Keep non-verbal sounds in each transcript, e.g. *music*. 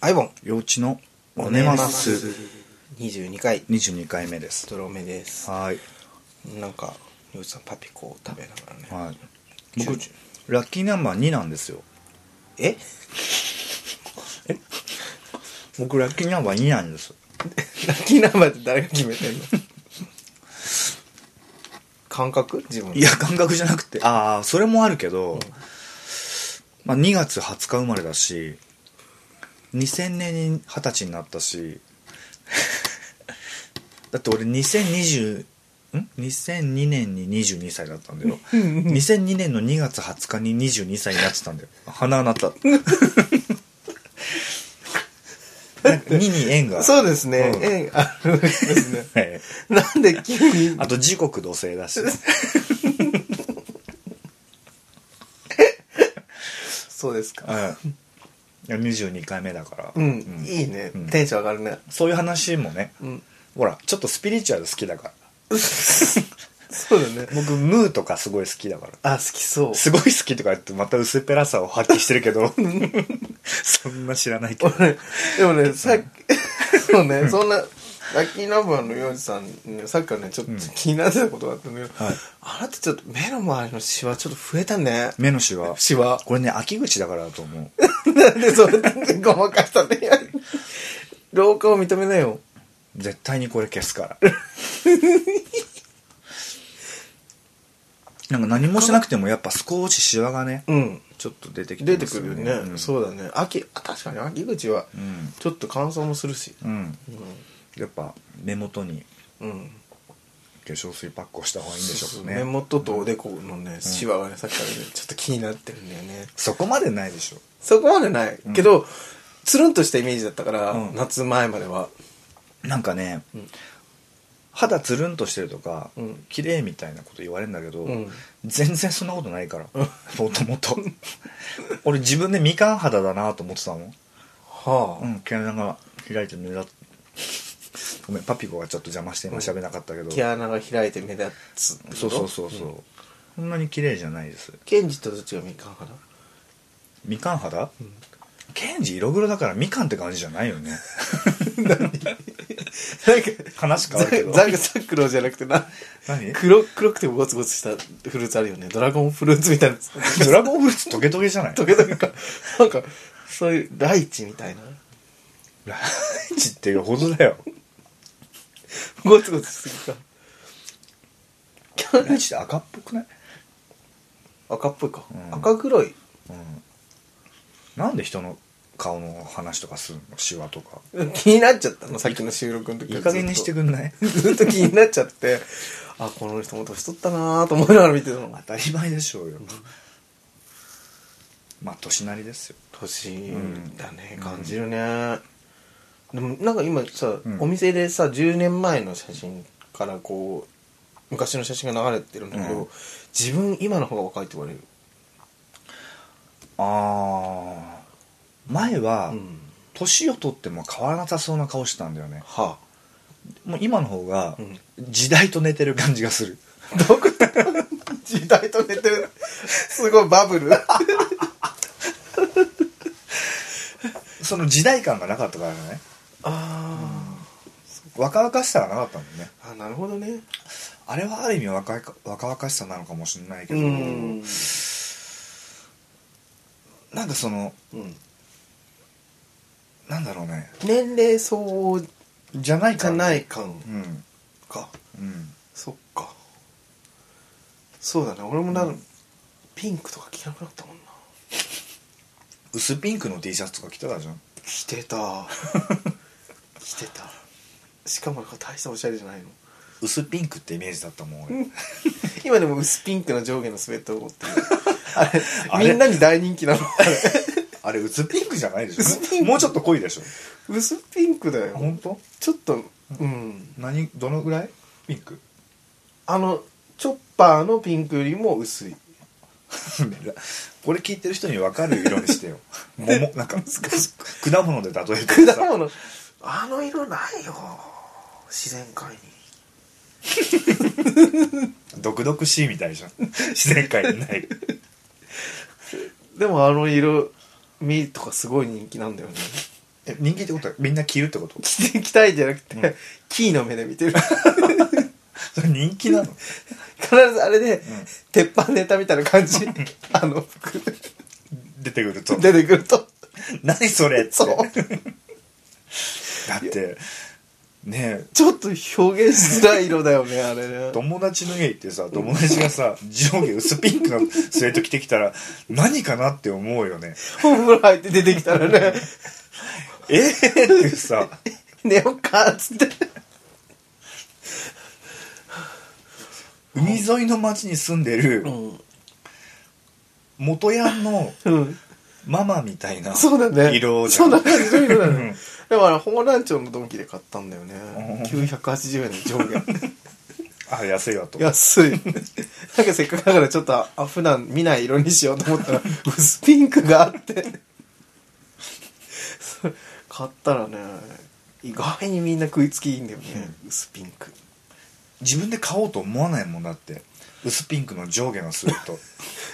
アイボン幼稚のおねます22回22回目ですドロメですはいなんかりょうちさんパピコを食べながらね、はいチュ僕ーチューラッキーナンバー2なんですよえ *laughs* 僕ラッキーナンバー2なんですラッキーナンバーって誰が決めてんの感覚自分いや感覚じゃなくてああそれもあるけど、まあ、2月20日生まれだし2000年に20歳になったし *laughs* だって俺2020ん2002年に22歳だったんだよ2002年の2月20日に22歳になってたんだよ鼻が鳴った *laughs* なんか2に縁がそうですね、うんえあるんですねはい *laughs* なんで急にあと時刻同 *laughs* 性だしそうですかうんいや22回目だからうん、うんいいね、うんテンション上がるねそういう話もね、うんほら、ちょっとスピリチュアル好きだから。そうだね僕、ムーとかすごい好きだから。あ好きそうすごい好きとか言ってまた薄っぺらさを発揮してる *laughs* けど、そんな知らないけど。俺でもねさっき *laughs* そうねそんなラッキーナンバーのヨウジさんねさっきからねちょっとうん気になってたことがあったんだけど、はいあなたちょっと目の周りのシワちょっと増えたね *laughs* 目のシワ。シワこれね、秋口だからだと思う。なんでそれごまかしたね老化を認めなよ絶対にこれ消すから。 *laughs* なんか何もしなくてもやっぱ少しシワがね、うんちょっと出てきて出まてすくよるよね。ね、うんそうだね秋あ確かに秋口はうんちょっと乾燥もするしうん。やっぱ目元にうん、うん化粧水パックをした方がいいんでしょうかね。目元とおでこのね、シワがねさっきからねちょっと気になってるんだよねそこまでないでしょ。そこまでない、けどつるんとしたイメージだったから、うん夏前まではなんかね、うん肌つるんとしてるとか、うん綺麗みたいなこと言われるんだけど、うん全然そんなことないからもともと俺自分でみかん肌だなと思ってたもん、はあ、うん、毛穴が開いて目立つごめんパピコがちょっと邪魔して今喋れなかったけど、毛穴が開いて目立つってことそうそうそうそう、そんなに綺麗じゃないですケンジとどっちがみかん派だみかん肌、ケンジ色黒だからみかんって感じじゃないよねなんか話変わるけどザザクザクロじゃなくてな何黒黒くてゴツゴツしたフルーツあるよねドラゴンフルーツみたいな *laughs* ドラゴンフルーツトゲトゲじゃない時々かなんかそういうライチみたいなライチってよほどだよゴツゴツしすぎたライチって赤っぽくない赤っぽいか、うん赤黒いうんなんで人の顔の話とかするのシワとか気になっちゃったのさっきの収録の時いい加減にしてくくんないずっと気になっちゃってあこの人も年取ったなーと思いながら見てたの当たり前でしょうよまあ年なりですよ年んだね、うん感じるねでもなんか今さ、うんお店でさ10年前の写真からこう昔の写真が流れてるんだけど、うん自分今の方が若いって言われるああ前はうん年を取っても変わらなさそうな顔してたんだよねはもう今の方がうん時代と寝てる感じがするあどこ時代と寝てるすごいバブル *laughs* その時代感がなかったからねあ若々しさがなかったんだよねーあなるほどねあれはある意味若いか若々しさなのかもしれないけうどんなんかそのうんなんだろうね年齢相応じじゃないかゃらない感うんかうんそっかそうだね俺もな、ピンクとか着なくなったもんな薄ピンクの T シャツとか着てたじゃん着てた *laughs* 着てたしかも大したおしゃれじゃないの薄ピンクってイメージだったもん俺今でも薄ピンクの上下のスウェットを持ってる *laughs* あれあれみんなに大人気なのあれあれ薄ピンクじゃないで薄しょもうちょっと濃いでしょ *laughs* 薄ピンクだよ本当ちょっとうん何どのぐらいピンク *laughs* あのチョッパーのピンクよりも薄いこれ聞いてる人に分かる色に *laughs* してよ桃なんか果物で例えて果物 *laughs* あの色ないよ自然界に毒々しいみたいじゃん *laughs* 自然界 *laughs* にないでもあの色みとかすごい人気なんだよねえ人気ってことはみんな着るってこと着てきたいじゃなくて、うんキーの目で見てるそれ人気 *laughs* なの必ずあれで、鉄板ネタみたいな感じあの服出てくると出てくると何それってそう *laughs* だってねえちょっと表現しづらい色だよねあれね友達の家行ってさ友達がさ上下薄ピンクのスウェット着てきたら何かなって思うよねお風呂入って出てきたらねええってさ寝よっかっつって海沿いの町に住んでるん、元ヤンのうん、ママみたいなそうだね色じゃそんうだねそうだうねんだからホーランチョンのドンキで買ったんだよねうん980円の上下あ安いわと安い *laughs* なんかせっかくだからちょっとあ普段見ない色にしようと思ったら薄ピンクがあってそれ買ったらね意外にみんな食いつきいいんだよね、薄ピンク自分で買おうと思わないもんだって薄ピンクの上下のスウェット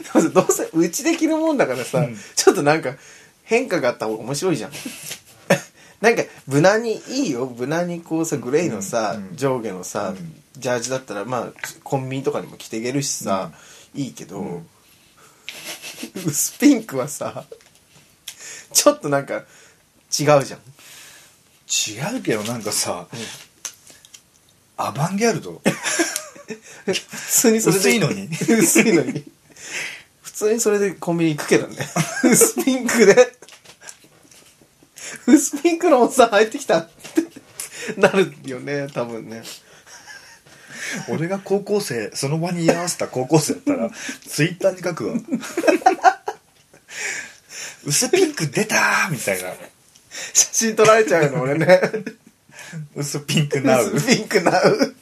でも *laughs* さどうせうちで着るもんだからさ、うんちょっとなんか変化があった方が面白いじゃん *laughs* なんか無難にいいよ無難にこうさグレーのさ、うんうん上下のさ、うんジャージだったらまあコンビニとかにも着ていけるしさ、いいけど、うん *laughs* 薄ピンクはさちょっとなんか違うじゃん違うけどなんかさ、アバンギャルド普通にそれで薄いのに薄いの *laughs* に普通にそれでコンビニ行くけどね薄ピンクで薄ピンクのおっさん入ってきたってなるよね多分ね俺が高校生その場に居合わせた高校生だっ *laughs* たらツイッターに書くわ薄ピンク出たーみたいな写真撮られちゃうの俺ね薄ピンクなう薄ピンクなう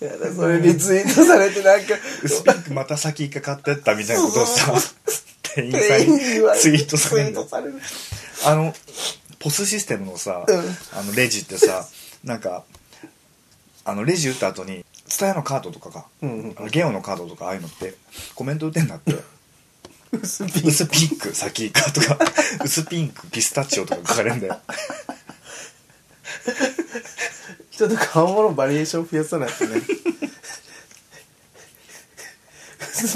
いやだそれにツイートされてなんか薄ピンクまた先行かかってったみたいなことをさ店員さんに店員はツイートされるツイーのトされるあのポスシステムのさ、うんあのレジってさなんかあのレジ打った後に蔦屋のカードとかが、うんうんあのゲオのカードとかああいうのってコメント打てんだって薄ピンク薄ピンク先かとか *laughs* 薄ピンクピスタチオとか書かれるんだよちょっと顔物バリエーション増やさないとね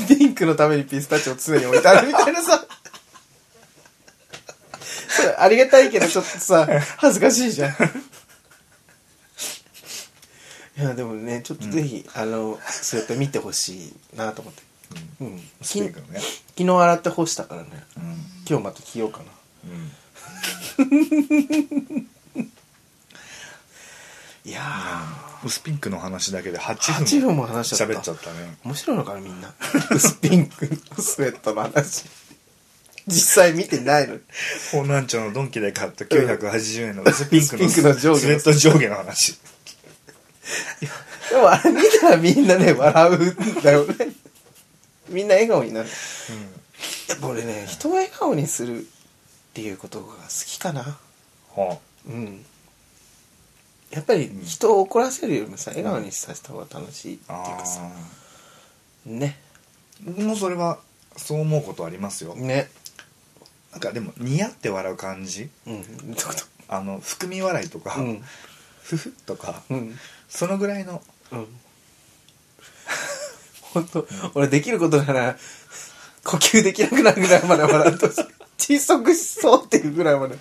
ピンクのためにピスタチオ常に置いてあるみたいなさそれありがたいけどちょっとさ恥ずかしいじゃんいやでもねちょっとぜひ、あのそうやって見てほしいなと思って、うん、薄 *laughs* ピきンクのね昨日洗って干したからねうん、今日また着ようかなうん、いやー薄ピンクの話だけで8 8分分も話しちゃった喋っちゃったね面白いのかなみんな *laughs* 薄ピンクのスウェットの話実際見てないのに方南町のドンキで買った980円の薄ピンク *laughs* の薄ピンクの上下のスウェット上下の話でもあれ見たらみんなね笑うんだよねみんな笑顔になるやっぱ俺ね人を笑顔にするっていうことが好きかなうん、はあうんやっぱり人を怒らせるよりもさ笑顔にさせた方が楽しいっていうかさあーね僕もそれはそう思うことありますよねなんかでも似合って笑う感じうんどうぞあの含み笑いとか、うんふふっとか、うんそのぐらいのうん。本当、俺できることなら、呼吸できなくなるぐらいまで笑うと、窒息しそうっていうぐらいまで、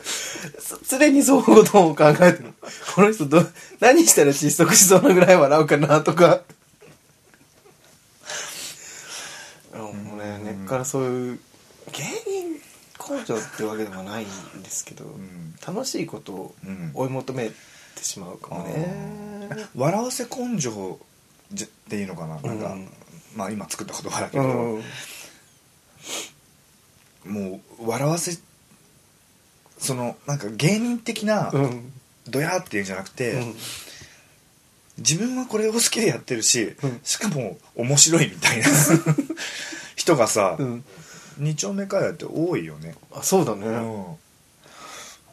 そ常にそういうことを考えてる。この人ど、何したら窒息しそうなぐらい笑うかなとか。もうね、根っからそういう、芸人工場ってわけでもないんですけど、ん楽しいことを追い求めてしまうかもね。笑わせ根性じゃっていうのかななんか、うんまあ今作った言葉だけうど、んもう笑わせそのなんか芸人的なうんドヤっていうんじゃなくて、うん自分はこれを好きでやってるし、うんしかも面白いみ *laughs* たいな人がさ、うん二丁目からって多いよねあそうだね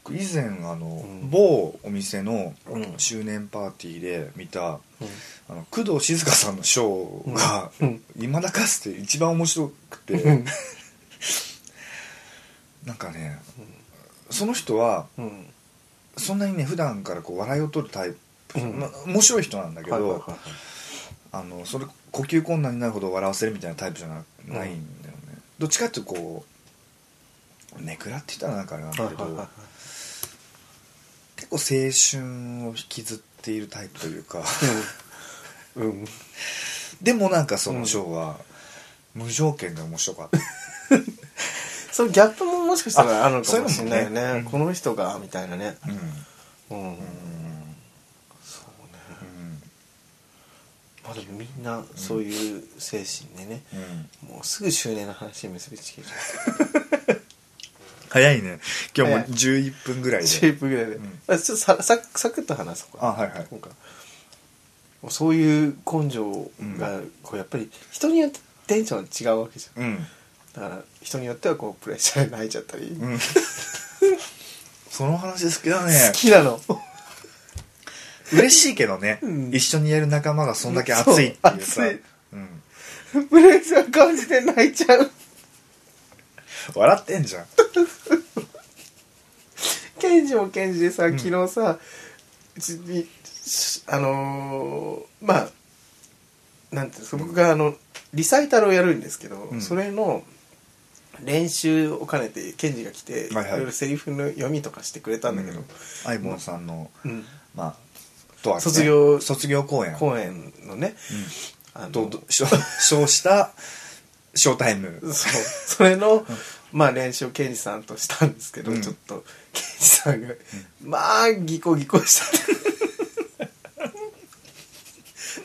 僕以前あの、うん某お店のうん周年パーティーで見たあの工藤静香さんのショーが、うん今だかつて一番面白くて、うんなんかね、うんその人はうんそんなにね普段からこう笑いを取るタイプ、うんま面白い人なんだけど、はいはいはいはいあのそれ呼吸困難になるほど笑わせるみたいなタイプじゃなないんだよね、どっちかっていうとこうねくらって言ったらなんかあれなんだけど、はいはいはい結構青春を引きずっているタイプというか *laughs* うんうんでもなんかそうのんショーは無条件で面白かった *laughs* そのギャップももしかしたらあるのかもしれないよそういうのもねねこの人がみたいなねうん、うんうんそうねまあでもみんなそういう精神でねうんうんもうすぐ周年の話に結びつけちゃ早いね今日も早い11分ぐらいうでシェイプぐらいで、うんあちょっとささサクッと話そうかあはいはい今回もうそういう根性がこうやっぱり人によってテンション違うわけじゃんうん、だから人によってはこうプレッシャーに泣いちゃったり、 *laughs* うん、その話好きだね好きなの *laughs* 嬉しいけどね、うん一緒にやる仲間がそんだけ熱いっていうさそう熱いうん、プレッシャー感じて泣いちゃう笑ってんじゃんケンジもケンジでさ昨日さ、ちにしあのーまあなんていうんですか僕があのリサイタルをやるんですけど、うんそれの練習を兼ねてケンジが来て、はいいはいろいろセリフの読みとかしてくれたんだけど、アイボンさんの、うんまあとはね卒業卒業公演公演のね、あのととしょ *laughs* 称したショータイムそうそれの、まあ練習をケンジさんとしたんですけど、うんちょっとケンジさんが、まあギコギコした *laughs*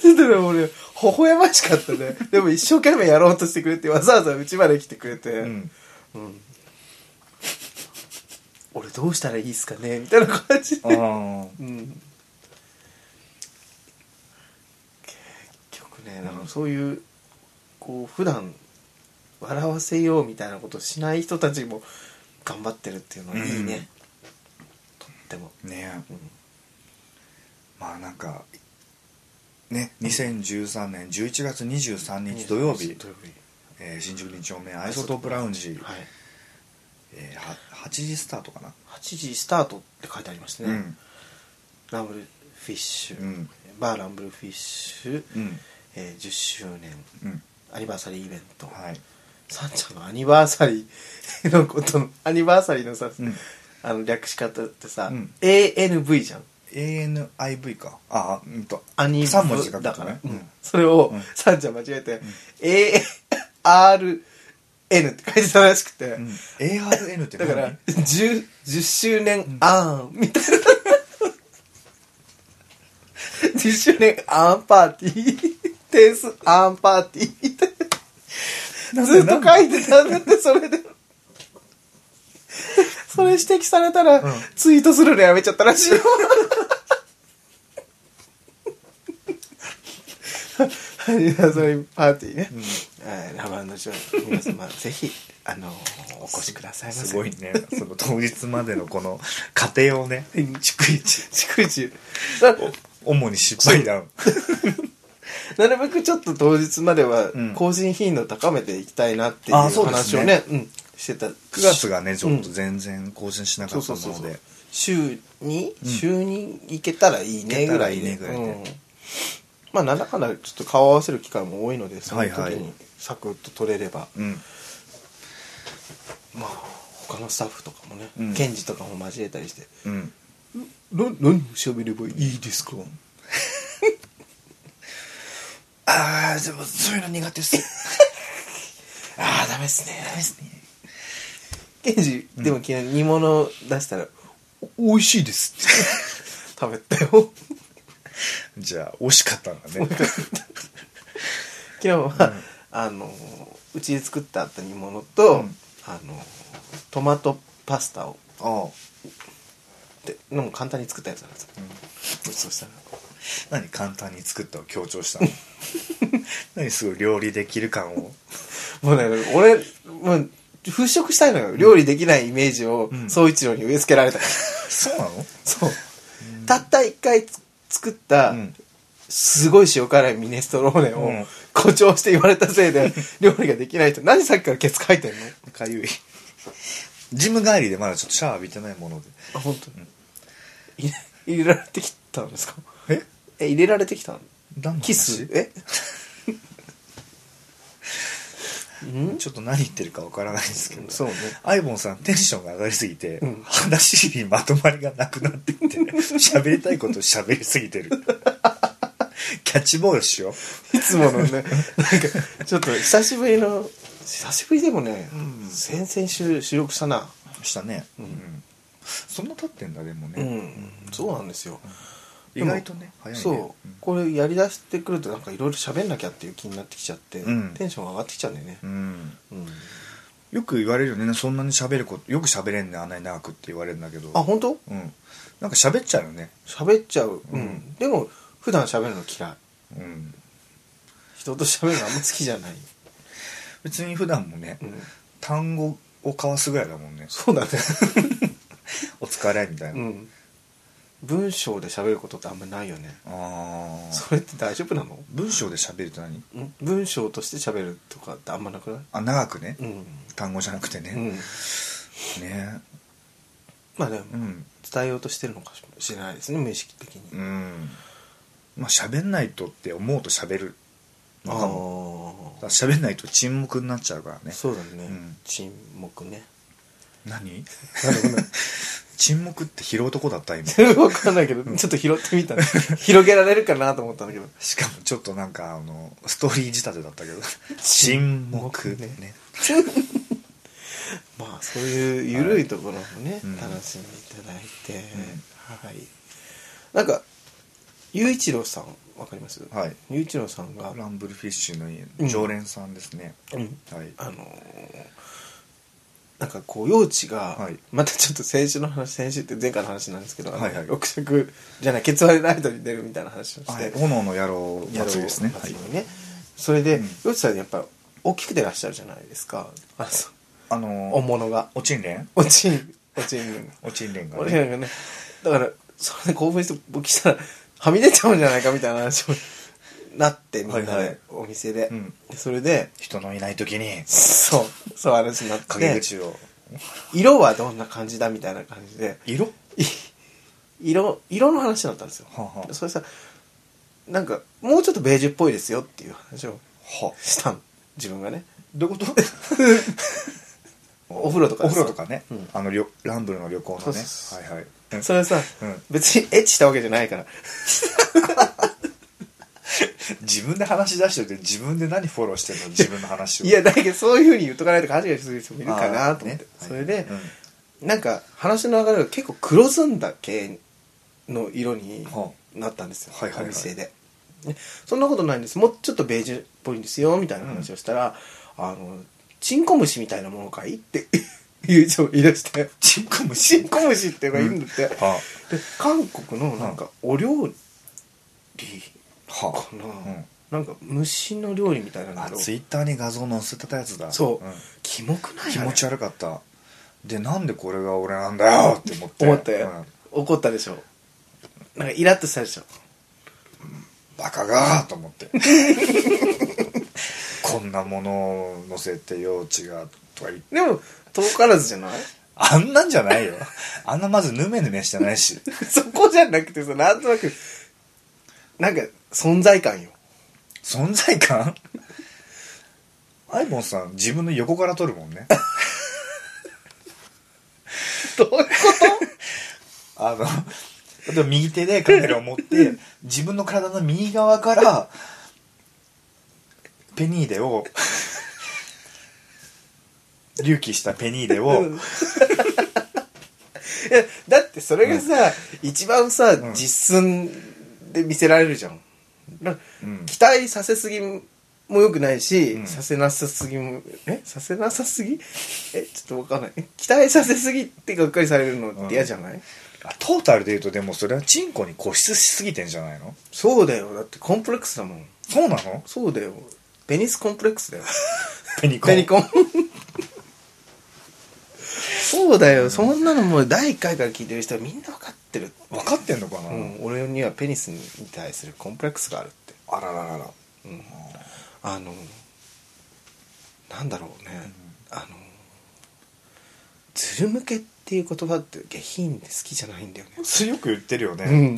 ちょっとね俺微笑ましかったねでも一生懸命やろうとしてくれてわざわざうちまで来てくれて、うんうん俺どうしたらいいっすかねみたいな感じあで、ーうん、結局ねなんかそういうこう普段笑わせようみたいなことをしない人たちも頑張ってるっていうのはいいね、うんとっても、ねうんまあなんかね2013年11月23日土曜日、土曜日えー新宿2丁目アイソトープラウンジ、はいえーは8時スタートかな、 8時スタートって書いてありましたね、うんランブルフィッシュ、うんバーランブルフィッシュ、うんえー10周年うんアニバーサリーイベント、はいさんちゃんのアニバーサリーのことのアニバーサリーのさ、うんあの略し方ってさ、うん ANV じゃん ANIV かああうんとアニ3文字書くとねだから、うんうんそれを、うんさんちゃん間違えて、ARN って書いてたらしくて、うん ARN ってだ何から 10, 10周年アーンみたいな、10周年アーンパーティー点数アーンパーティーみたいななんでずっと書いてたんだってそれでそれ指摘されたら、うんツイートするのやめちゃったらしいよはいそういうパーティーね、はいラバンドショー皆様ぜひあのお越しくださいませすごいねその当日までのこの過程をねうん逐一逐一な主に失敗談なるべくちょっと当日まではうん更新頻度高めていきたいなっていうあそうです話ねをねうん、してた9 9月がねちょっと全然更新しなかそうったそうもそうのそでう週に、週に行けたらいいねぐらいで行けたらいいねぐらいでうんまあなんだかんだちょっと顔合わせる機会も多いのでその時はいはいにサクッと取れれば、うんまあ他のスタッフとかもね、うん検事とかも交えたりしてうん「な何を喋ればいいです *laughs* か?」ああでもそういうの苦手っす *laughs* ああダメっすねダメっすね検事でも昨日煮物出したら「お美味しいです」って *laughs* 食べたよじゃあ惜しかったんだね昨日は、あのうちで作ってあった煮物と、うんあのトマトパスタをああってのも簡単に作ったやつなんですよ、ごちそうしたら何簡単に作ったを強 *laughs* 調したの何すごい料理できる感をもうね俺もう払拭したいのよ料理できないイメージをん総一郎に植え付けられたから、そうなのそうたった一回つ作った、うんすごい塩辛いミネストローネうんを誇張して言われたせいで料理ができない人何さっきからケツ書いてんのかゆいジム帰りでまだちょっとシャワー浴びてないものであ本当に、い入れられてきたんですかええ入れられてきたん何の話キスえんちょっと何言ってるかわからないですけどそうねアイボンさんテンションが上がりすぎて、うん話にまとまりがなくなって *laughs* きて喋りたいことを喋りすぎてるキャッチボールしよいつものねなんかちょっと久しぶりの久しぶりでもね、うん先々週収録したなうしたね、うんそんな経ってんだでもね、うん、そうなんですよ、意外とね早いねそうこれやりだしてくるとなんかいろいろ喋んなきゃっていう気になってきちゃって、うんテンションが上がってきちゃうんだよねう、んうんよく言われるよねそんなに喋ることよく喋れんねあんなに長くって言われるんだけどあ本当うんなんか喋っちゃうよね喋っちゃう、うんうんでも普段喋るの嫌いうん人と喋るのあんま好きじゃない、別に普段もね、 *laughs* うん、単語を交わすぐらいだもんねそう *laughs* だね、お疲れみたいうな、ん、文章で喋ることってあんまないよねああそれって大丈夫なの文章で喋るって何ん文章として喋るとかってあんまなくないあ長くね、うん、単語じゃなくてね、うん、ねまあでもうん伝えようとしてるのかしれないですね無意識的に、うんまあ喋んないとって思うと喋るあのかもだかあら喋んないと沈黙になっちゃうからねそうだね、うん沈黙ね何なるほど沈黙って拾うとこだった今全部わかん *laughs* ないけど、ちょっと拾ってみた、 *laughs* 広げられるかなと思ったんだけど。しかもちょっとなんかあのストーリー仕立て *laughs* だったけど沈黙ねまあ、そういうゆるいところもね、うん楽しんでいただいて、うはい。なんか、雄一郎さん、わかりますはい雄一郎さんが、ランブルフィッシュうんの常連さんですね、うんはいあのーなんかこう、幼稚が、はいまたちょっと先週の話、先週って前回の話なんですけど、あのはいはい六尺じゃない、ケツ割れライトに出るみたいな話をして、はい、炎の野郎やろう祭りですね祭りはいねそれでうんヨシさんやっぱ大きくてらっしゃるじゃないですかあそうあの大物がおちんれんおちんおちんおちんれんが俺ねらがねだからそれで興奮して僕したらはみ出ちゃうんじゃないかみたいな話をなってみんなで、はいはいお店で、うんでそれで人のいない時にそうそう話になって陰口を色はどんな感じだみたいな感じで色い色色の話だったんですよ、はあはあそれさなんかもうちょっとベージュっぽいですよっていう話をはしたの自分がねどう *laughs* いうことお風呂とかおで風さ呂とかね、うんあのりょランブルの旅行そのうねそうそうはいはいそれさ、うん別にエッチしたわけじゃないから自分で話し出してるって自分で何フォローしてるの自分の話をいやだけどそういうふうに言っとかないと勘違いする人もいるかなと思って、あーねそれではい、なんか話の流れが結構黒ずんだ系の色にはなったんですよ、はいはいはいお店で、ねそんなことないんですもうちょっとベージュっぽいんですよみたいな話をしたら、あのチンコ虫みたいなものかいって *laughs* 友情を言い出してチンコ虫チンコ虫っていうのがいるんだって、では韓国のなんかお料理はかな、うんなんか虫の料理みたいなのあツイッターに画像載せてたやつだそう、んキモくない気持ち悪悪かったでなんでこれが俺なんだよって思って思って、うん怒ったでしょなんかイラッとしたでしょバカがーと思って *laughs* こんなものを載せて幼稚がとか言ってでも遠からずじゃないあんなんじゃないよあんなまずヌメヌメしてないし *laughs* そこじゃなくてさなんとなくなんか存在感よ存在感アイボンさん自分の横から撮るもんねどういうあの例えば右手でカメラを持って自分の体の右側からペニーデを隆起したペニーデことを *laughs* いやだってそれがさ、一番さ、うん実寸で見せられるじゃんなうん期待させすぎも良くないし、うんさせなさすぎもえさせなさすぎ *laughs* えちょっとわかんない *laughs* 期待させすぎってがっかりされるのって嫌じゃない、あトータルで言うとでもそれはチンコに固執しすぎてんじゃないのそうだよだってコンプレックスだもんそうなのそうだよペニスコンプレックスだよペニコペニ *laughs* コンそうだよ、そんなのもう第1回から聞いてる人はみんな分かってる、分かってんのかな、うん、俺にはペニスに対するコンプレックスがあるってあららららあのなんだろうね、あのずる向けっていう言葉って下品で好きじゃないんだよねそれよく言ってるよね、うん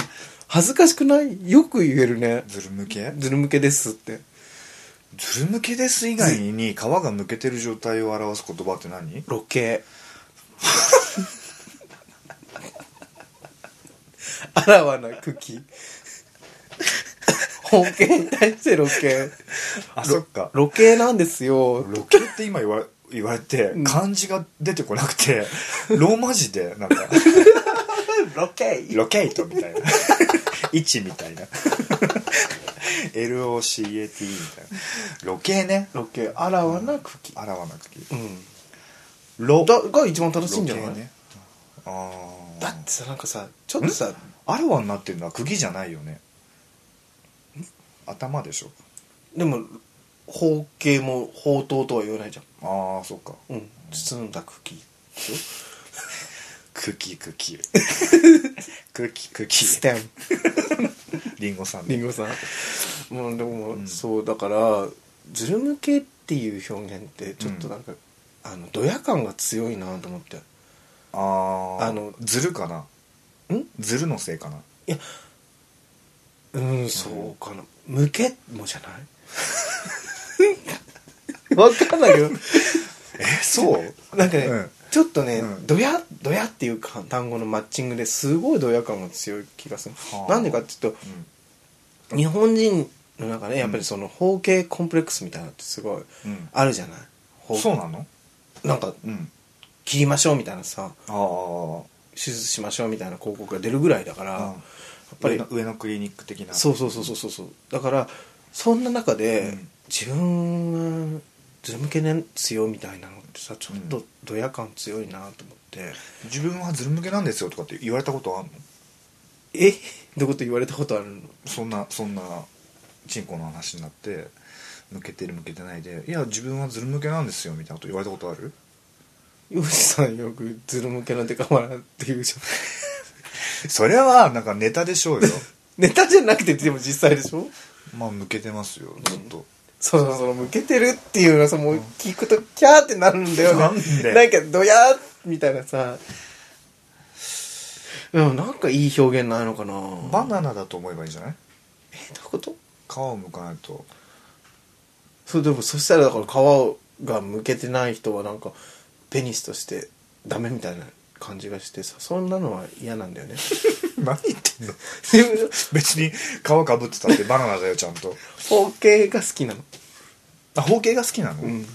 恥ずかしくないよく言えるねずる向けずる向けですってずる向けです以外に皮がむけてる状態を表す言葉って何ロケあらわな茎本家に対してロケあそっかロケなんですよロケって今言わ言われて漢字が出てこなくて、 *laughs* ローマ字でなんかロケロケイトみたい *laughs* な位置みたいな LOCAT みたいなロケねロケあらわな茎あらわなくきうんロだが一番正しいんじゃない、ロケねあだってさなんかさちょっとさああらわになってるのは釘じゃないよね頭でしょでも方形も方頭とは言わないじゃああそっかんうん包んだ茎茎 *laughs* 茎茎茎ステンリンゴさんリねンゴさんもうでも、うんそうだからズル向けっていう表現ってちょっとなんか、あのドヤ感が強いなと思ってあああのずるかなんずるのせいかなうんそうかな向けもじゃない *laughs* わかんないけどえそうなんかね、うんちょっとね、うんドヤドヤっていうか単語のマッチングですごいドヤ感が強い気がする、はあなんでかっていうとうん日本人の中でやっぱりその方形コンプレックスみたいなのってすごいうんあるじゃない、方そうなのなんかうん切りましょうみたいなさあー手術しましょうみたいな広告が出るぐらいだから、あややっぱり上のクリニック的なそうそうそうそうそうそうだからそんな中で、うん自分がズル向けね強いみたいなのってさちょっとドヤ感強いなと思って、自分はずる向けなんですよとかって言われたことあんのえってこと言われたことあるのそんなそんなチンコの話になって向けてる向けてないでいや自分はずる向けなんですよみたいなこと言われたことあるヨシさんよくズル向けのデカマラっていうじゃん *laughs* それはなんかネタでし *laughs* ょうよネタじゃなくてでも実際でしょまあ向けてますよずっと、そうそうそう向けてるっていうのはさもう聞くとキャーってなるんだよねなんでなんかドヤーみたいなさでもなんかいい表現ないのかなバナナだと思えばいいんじゃないえどういうこと皮を向かないとそうでもそしたらだから皮が向けてない人はなんかペニスとしてダメみたいな感じがしてさそんなのは嫌なんだよね *laughs* *laughs* 何言ってんのでも *laughs* 別に皮かぶってたってバナナだよちゃんと方形が好きなのあ方形が好きなの、うん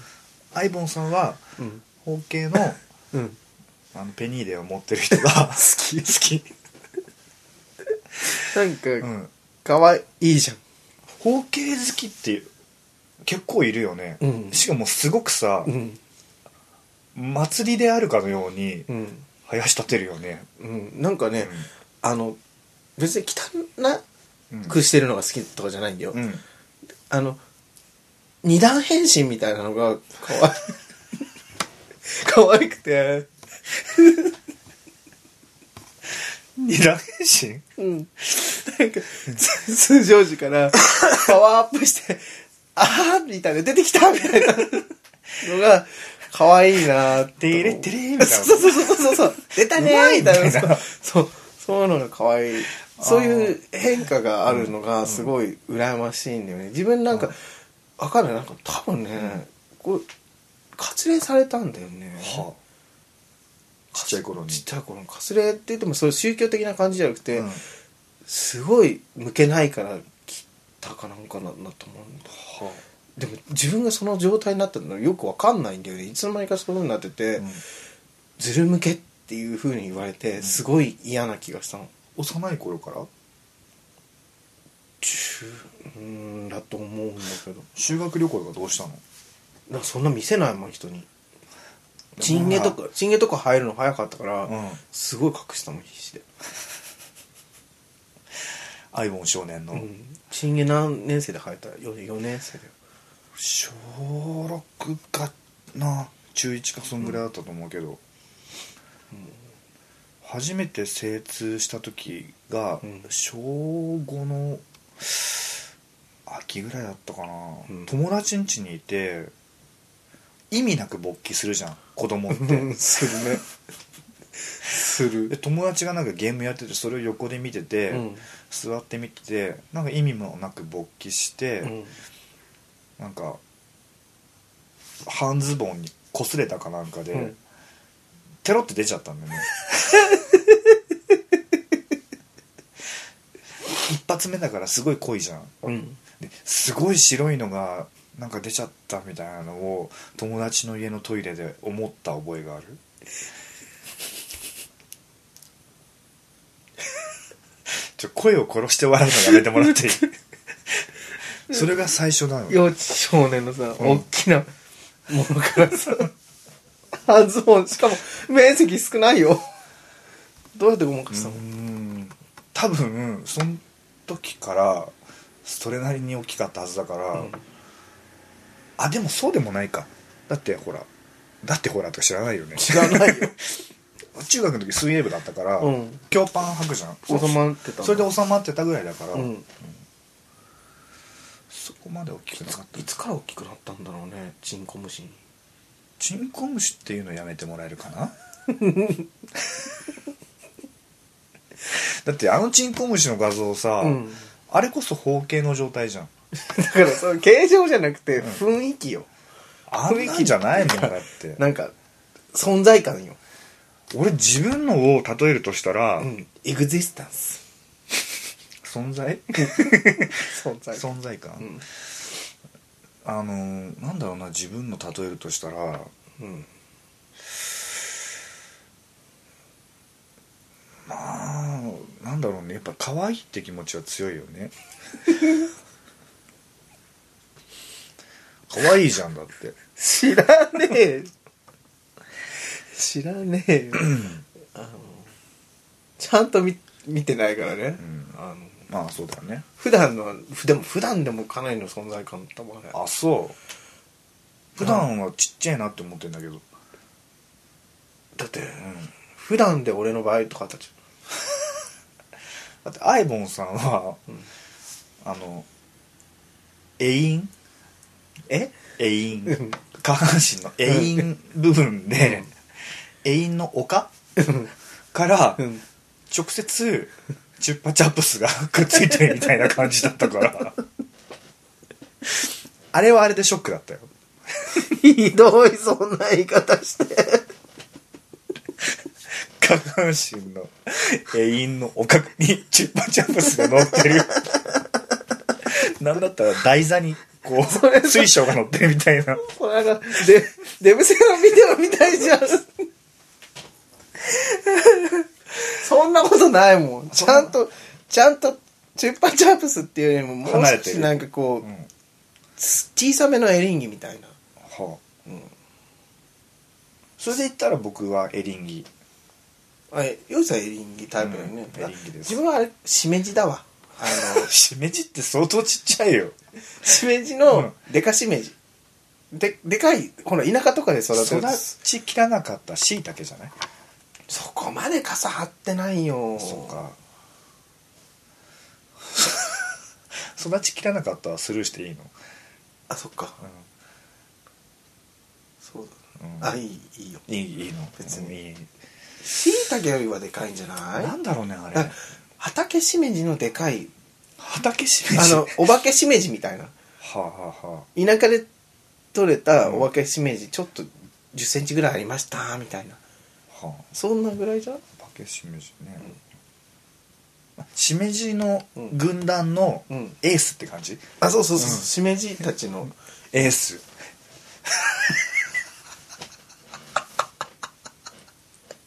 アイボンさんはうん方形のうんあのペニーレを持ってる人が好き好き、 *laughs* なんか、うん、かわいいじゃん方形好きって結構いるよね、うんしかもすごくさ、ん祭りであるかのようにうん生やし立てるよね、うんなんかね、あの別にうん汚くしてるのが好きとかじゃないんだよ、うん、あの二段変身みたいなのがかわい *laughs* いかわいくて二段変身うんなんか通通常時からパワーアップして「あー」みたいな出てきたみたいなのがかわいいなーってテレ思うテレみたいなそうそうそうそうそう出たねーみたいなそうそういうのが可愛いそういう変化があるのがすごい羨ましいんだよね自分なんか分かるなんか多分ねこう割礼されたんだよねはあちっちゃい頃にちっちゃい頃の割礼って言ってもそういう宗教的な感じじゃなくあ、て、うんはすごい向けないから切ったかなんかななと思うんだでも自分がその状態になったのよくわかんないんだよねいつの間にかそういうふうになってて、うんずる向けっていうふうに言われてすごい嫌な気がしたの幼い頃から中うんだと思うんだけど修学旅行とかどうしたのなんかそんな見せないもん人にチンゲとかチンゲとか入るの早かったから、うんすごい隠したもん必死で、アイボン少年の、うん、チンゲ何年生で入った 4, 四年生だよ小6かな中1かそんぐらいだったと思うけど、初めて精通した時がうん小5の秋ぐらいだったかな、うん友達ん家にいて意味なく勃起するじゃん子供っうんてするね *laughs* すでる友達がなんかゲームやっててそれを横で見てて、うん座って見ててなんか意味もなく勃起して、うんなんか半ズボンに擦れたかなんかで、うんテロって出ちゃっ *laughs* たんだよね一発目だからすごい濃いじゃんうんですごい白いのがなんか出ちゃったみたいなのを友達の家のトイレで思った覚え *laughs* があるちょ声を殺して笑うのやめてもらっ *laughs* ていいそれが最初なの幼稚少年のさ、うん大きなものからさ半ズボンしかも面積少ないよどうやってごまかしたの、うん多分その時からそれなりに大きかったはずだから、うんあでもそうでもないかだってほらだってほらとか知らないよね知らないよ *laughs* 中学の時水泳部だったから、うん教パン履くじゃん収まってたそれで収まってたぐらいだから、うんそこまで大きくなかったいつから大きくなったんだろうねチンコ虫にチンコ虫っていうのやめてもらえる *laughs* かなだってあのチンコ虫の画像さ、うんあれこそ方形の状態じゃんだからその形状じゃなくて雰囲気よ、あんなんじゃないもんだってなんか存在感よ、俺自分のを例えるとしたら、うん、エグジスタンス存在存在感存在感、んあのーなんだろうな自分の例えるとしたらうんまあなんだろうねやっぱ可愛いって気持ちは強いよ *laughs* ね可愛いじゃんだって知らねえ知らねえよあのちゃんと見見てないからね、んあのまあそうだよね普段のふでも普段でもかなりの存在感だもんねあそう普段はちっちゃいなって思ってんだけど、うん、だって普段で俺の場合とかたちだってアイボンさんは、あのエインえエイン下半身のエイン部分で、エインの丘から、うん直接チュッパチャップスが *laughs* くっついてるみたいな感じだったからあれはあれでショックだったよ *laughs* ひどいそんな言い方して下半身の永遠のおかくにチュッパチャップスが乗ってるなんだったら台座にこう水晶が乗ってるみたいなこれなんかデデブセラ見てるみたいじゃんそんなことないもんちゃんとちゃんとチュッパチャップスっていうよりももう離れ少てしるなんかこう、うん小さめのエリンギみたいなはあそれで言ったら僕はエリンギあれヨウジさんエリンギタイプだよね、うんエリンギです自分はあれしめじだわあのしめじって相当ちっちゃいよしめじうのんでかしめじででかいほら田舎とかで育て育るちきらなかったしいたけじゃないそこまで傘張ってないよそうか育ちきらなかったらスルーしていいの、あそっかうそううんだ、あいいいいよん、いいいいの別うんにいいしいたけよりはでかいんじゃないなんだろうねあだかれら畑しめじのでかい畑しめあじのお化けしめじみたいなはあはあはあ田舎で取れたお化けしめじちょっと1 0ンチぐらいありましたみたいなはあそんなぐらいじゃん畑しめじね、しめじの軍団のうんエースって感じ、あそうそうそう、しめじたちのエース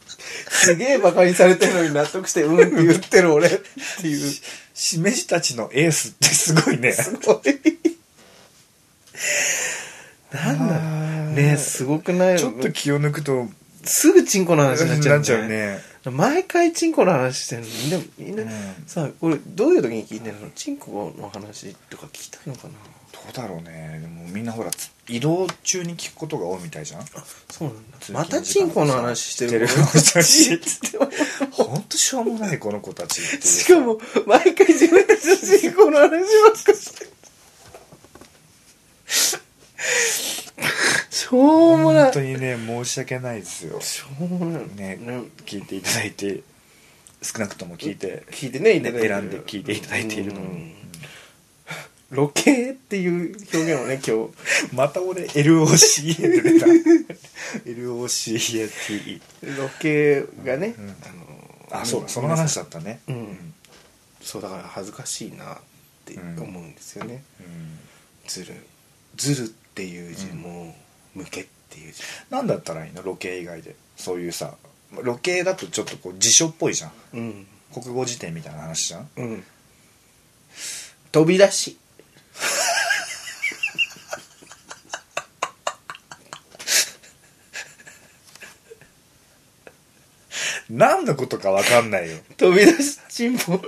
すげえバカにされてるのに納得してうんって言ってる俺っていうすしめじたちのエースってすごいねごいなんだろうねえすごくないちょっと気を抜くとすぐチンコの話になっちゃう,、なっちゃうね毎回チンコの話してるのにでもみんな、うんさこれどういう時に聞いてるのチンコの話とか聞きたいのかなどうだろうねでもみんなほらつ移動中に聞くことが多いみたい *laughs* じゃんあそうなんだ通勤またチンコの話してるしてるしてるほんとしょうもないこの子たちっていう *laughs* しかも毎回自分たちのチンコの話ばっかしてしょうもな本い当にね申し訳ないですよしょうもないね聞いていただいて少なくとも聞いて聞いてねいねただいてる選んで聞いていただいているのにうんロケっていう表現をね今また俺 LOCA で出た *laughs* LOCAT 日ロケがね、うんのあそうだその話だったねうんそうだから恥ずかしいなって思うんですよね、うんずるずるっていう字も、向けっていう字何だったらいいのロケ以外でそういうさロケだとちょっとこう辞書っぽいじゃんうん国語辞典みたいな話じゃんうん飛び出し何のことか分かんない *laughs* よ飛び出しチンポ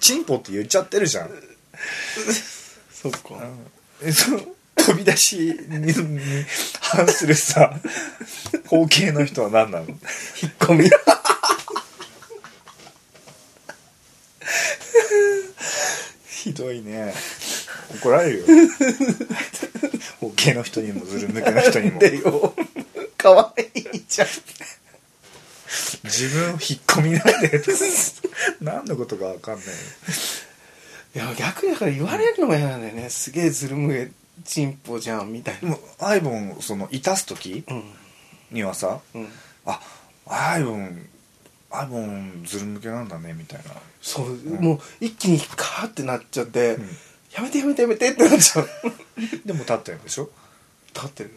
チンポって言っちゃってるじゃんそっかえその飛び出しにに反するさ方形の人は何なの引っ込みひどいね怒られるよ方形の人にもずる抜けの人にもでよかわいいじゃん自分を引っ込みなんで何のことか分かんないよいや逆にだから言われるのが嫌なんだよねすげえずるむげチンポじゃんみたいでなもアイボンそのいたす時うんにはさうんあアイボンアイボンズル向けなんだねみたいなそう、もう一気にカーってなっちゃって、んやめてやめてやめてってなっちゃうでも立ってる *laughs* でしょ立ってる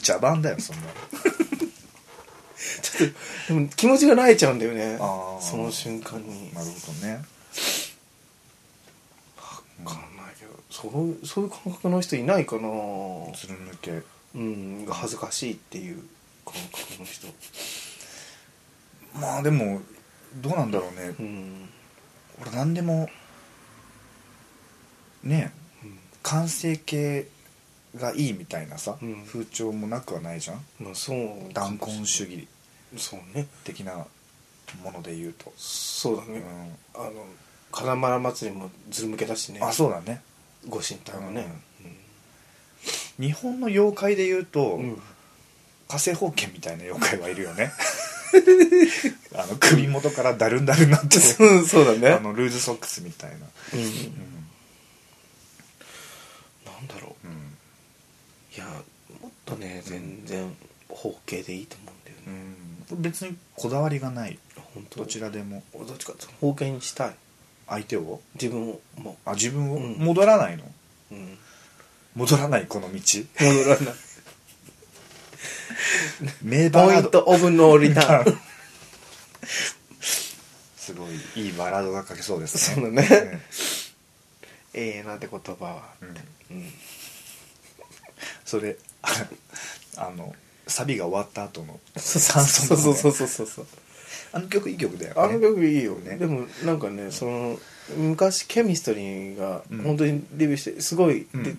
茶番だよそんなちょっとでも気持ちが慣れちゃうんだよねあーその瞬間になるほどね分かんないけどそうそういう感覚の人いないかなズル向けうん恥ずかしいっていう感覚の人まあでもどうなんだろうね、うん俺何でもね完成形がいいみたいなさ、うん風潮もなくはないじゃんまあそう断根主義そうね的なもので言うと、そうだうね、ん、あの金丸祭りもずる向けだしねあそうだねご神体もね日本の妖怪で言うと、うん、うん火星方形みたいな妖怪はいる *laughs* よね *laughs* あの首元からだるんだるんなってるそうそうだねあのルーズソックスみたいな、うん、うんなんだろうんういやもっとね全然方形でいいと思うんだよね、うん別にこだわりがない本当どちらでも俺どっちかっていうと方形にしたい相手を自分をもあ自分を、うん戻らないのう、うん、戻らないこの道戻らない名バポイランートドオブノーリター *laughs* ンすごいいいバラードが書けそうですねそうだね永遠なんて言葉は、うんうんうん、それああのサビが終わった後のそう感想とかねそうそうそうそうそうあの曲いい曲だよねあの曲いいよねねでもなんかねその昔ケミストリーがうん本当にデビューしてすごい、うんで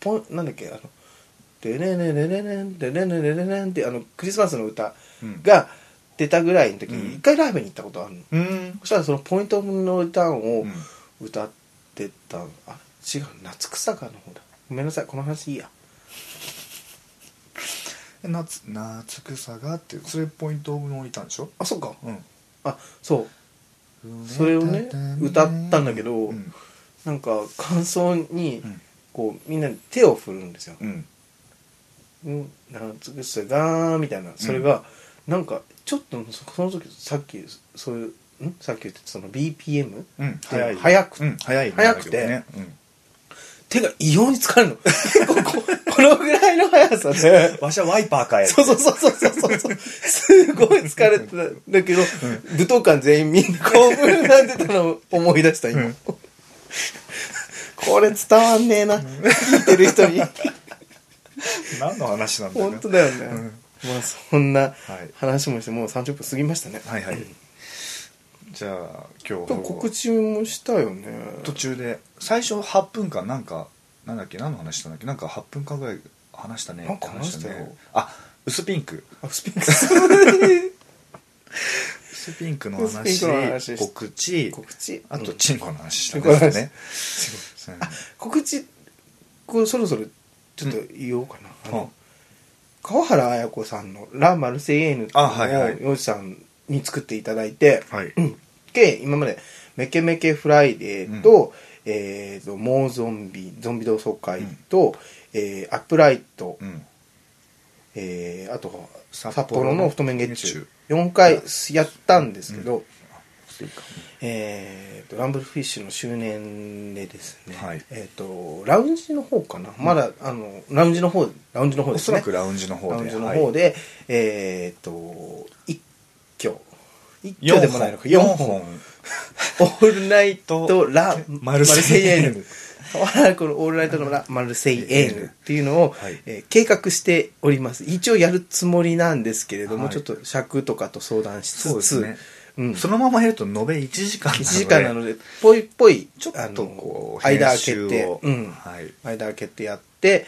ポンなんだっけあの「デレレレレレンデレレレレレン」ってあのクリスマスの歌うんが出たぐらいの時にうん一回ライブに行ったことあるの、うんそしたらその「ポイント・オブ・ノー・ターン」をうん歌ってた、あ違う夏草かの方だごめんなさいこの話いいや夏夏草がってそれポイントを置いたんでしょあそうかうあそんそれをね歌ったんだけどうんうなんか感想にうんこうみんなで手を振るんですよ、うんうん、夏草がーみたいなそれが、なんかちょっとそその時さっきそういうんさっき言ってたその BPM うん早い早くうん早いね早くてだけどね手が異様に疲れるの *laughs* 結構ここのぐらいの速さでうんわしはワイパーか *laughs* えそうそうそうそうそうそうすごい疲れてたんだけど、舞踏館全員みんな興奮になってたのを思い出した今、うんこれ伝わんねえな聞いてる人 *laughs* に何の話なんだよ本当だよね、まあそんない話もしてもう30分過ぎましたねはいはいじゃあ今日告知もしたよね途中で最初8分間なんかなんだっけ何の話したんだっけなんか8分間ぐらい話したねなんか話したよ話ねあ薄ピンクあスピンク *laughs* ス薄ピンクの薄ピン話クの話告知告知あとうんチンコの話したチンコの話ね告知こうそろそろちょっと言おうかな、あうんの川原綾子さんの「ラ・マルセイエーヌ」ってあはいはいいうのをヨウジさんに作っていただいて、はいうんで今まで「メケメケフライデーと」えーと「モーゾンビ」「ゾンビ同窓会と」えーアップライト」うんえーあと札幌の札幌の太麺月月中中4回やったんですけど、えーとランブルフィッシュの周年でですね、はいえー、とラウンジの方かな、まだあのラウンジの方ラウンジの方おですそねらくラウンジの方でラウンジのはい方で、えっ、と一挙一挙四で本もないのか4 4本本オールナイトラ・マルセイエーヌヌ。このオールナイトのラ・マルセイエーヌっていうのを、はいえー計画しております。一応やるつもりなんですけれども、はいちょっと尺とかと相談しそうつですつ、うね、んそのままやると延べ1時間なので1時間なので、ぽいぽい、ちょあっとのこう間開編け集をて、うんはい間開けてやって、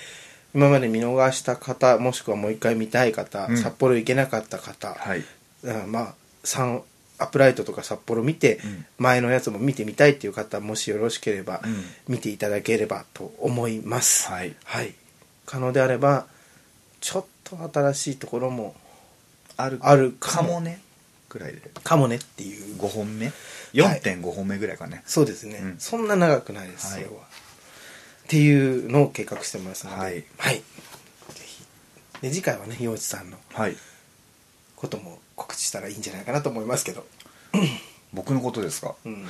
今まで見逃した方、もしくはもう一回見たい方、うん札幌行けなかった方、はいうんまあ三アップライトとか札幌見て、うん前のやつも見てみたいっていう方もしよろしければ、うん見ていただければと思いますはい可能であればちょっと新しいところもあるあるかかももねくらいでかもねっていう5本目4.5本目ぐらいかね、そうですね、うんそんな長くないです、はいそれはっていうのを計画してますのではいぜひで次回はね陽一さんのはい、ことも告知したらいいんじゃないかなと思いますけど、僕のことですかうん、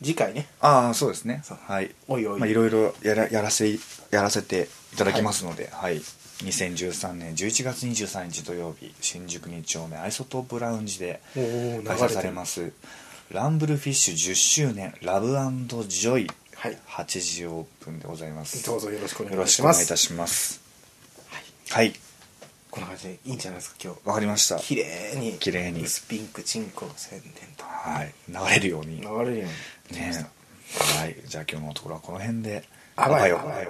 次回ねああそうですねそうはいおいおいまあ、いろいろやらやらせやらせていただきますので、はい2013年11月23日土曜日新宿2丁目アイソトープラウンジでおー流れてる開催されますランブルフィッシュ10周年ラブジョイ、はい8時オープンでございますどうぞよろしくお願いいよろたししくおま願いいすたしますはいはいこんな感じでいいんじゃないですか今日わかりました綺麗に綺麗にスピンクチンコの宣伝とはい流れるように流れるようにねはいじゃあ今日のところはこの辺であばよあばよ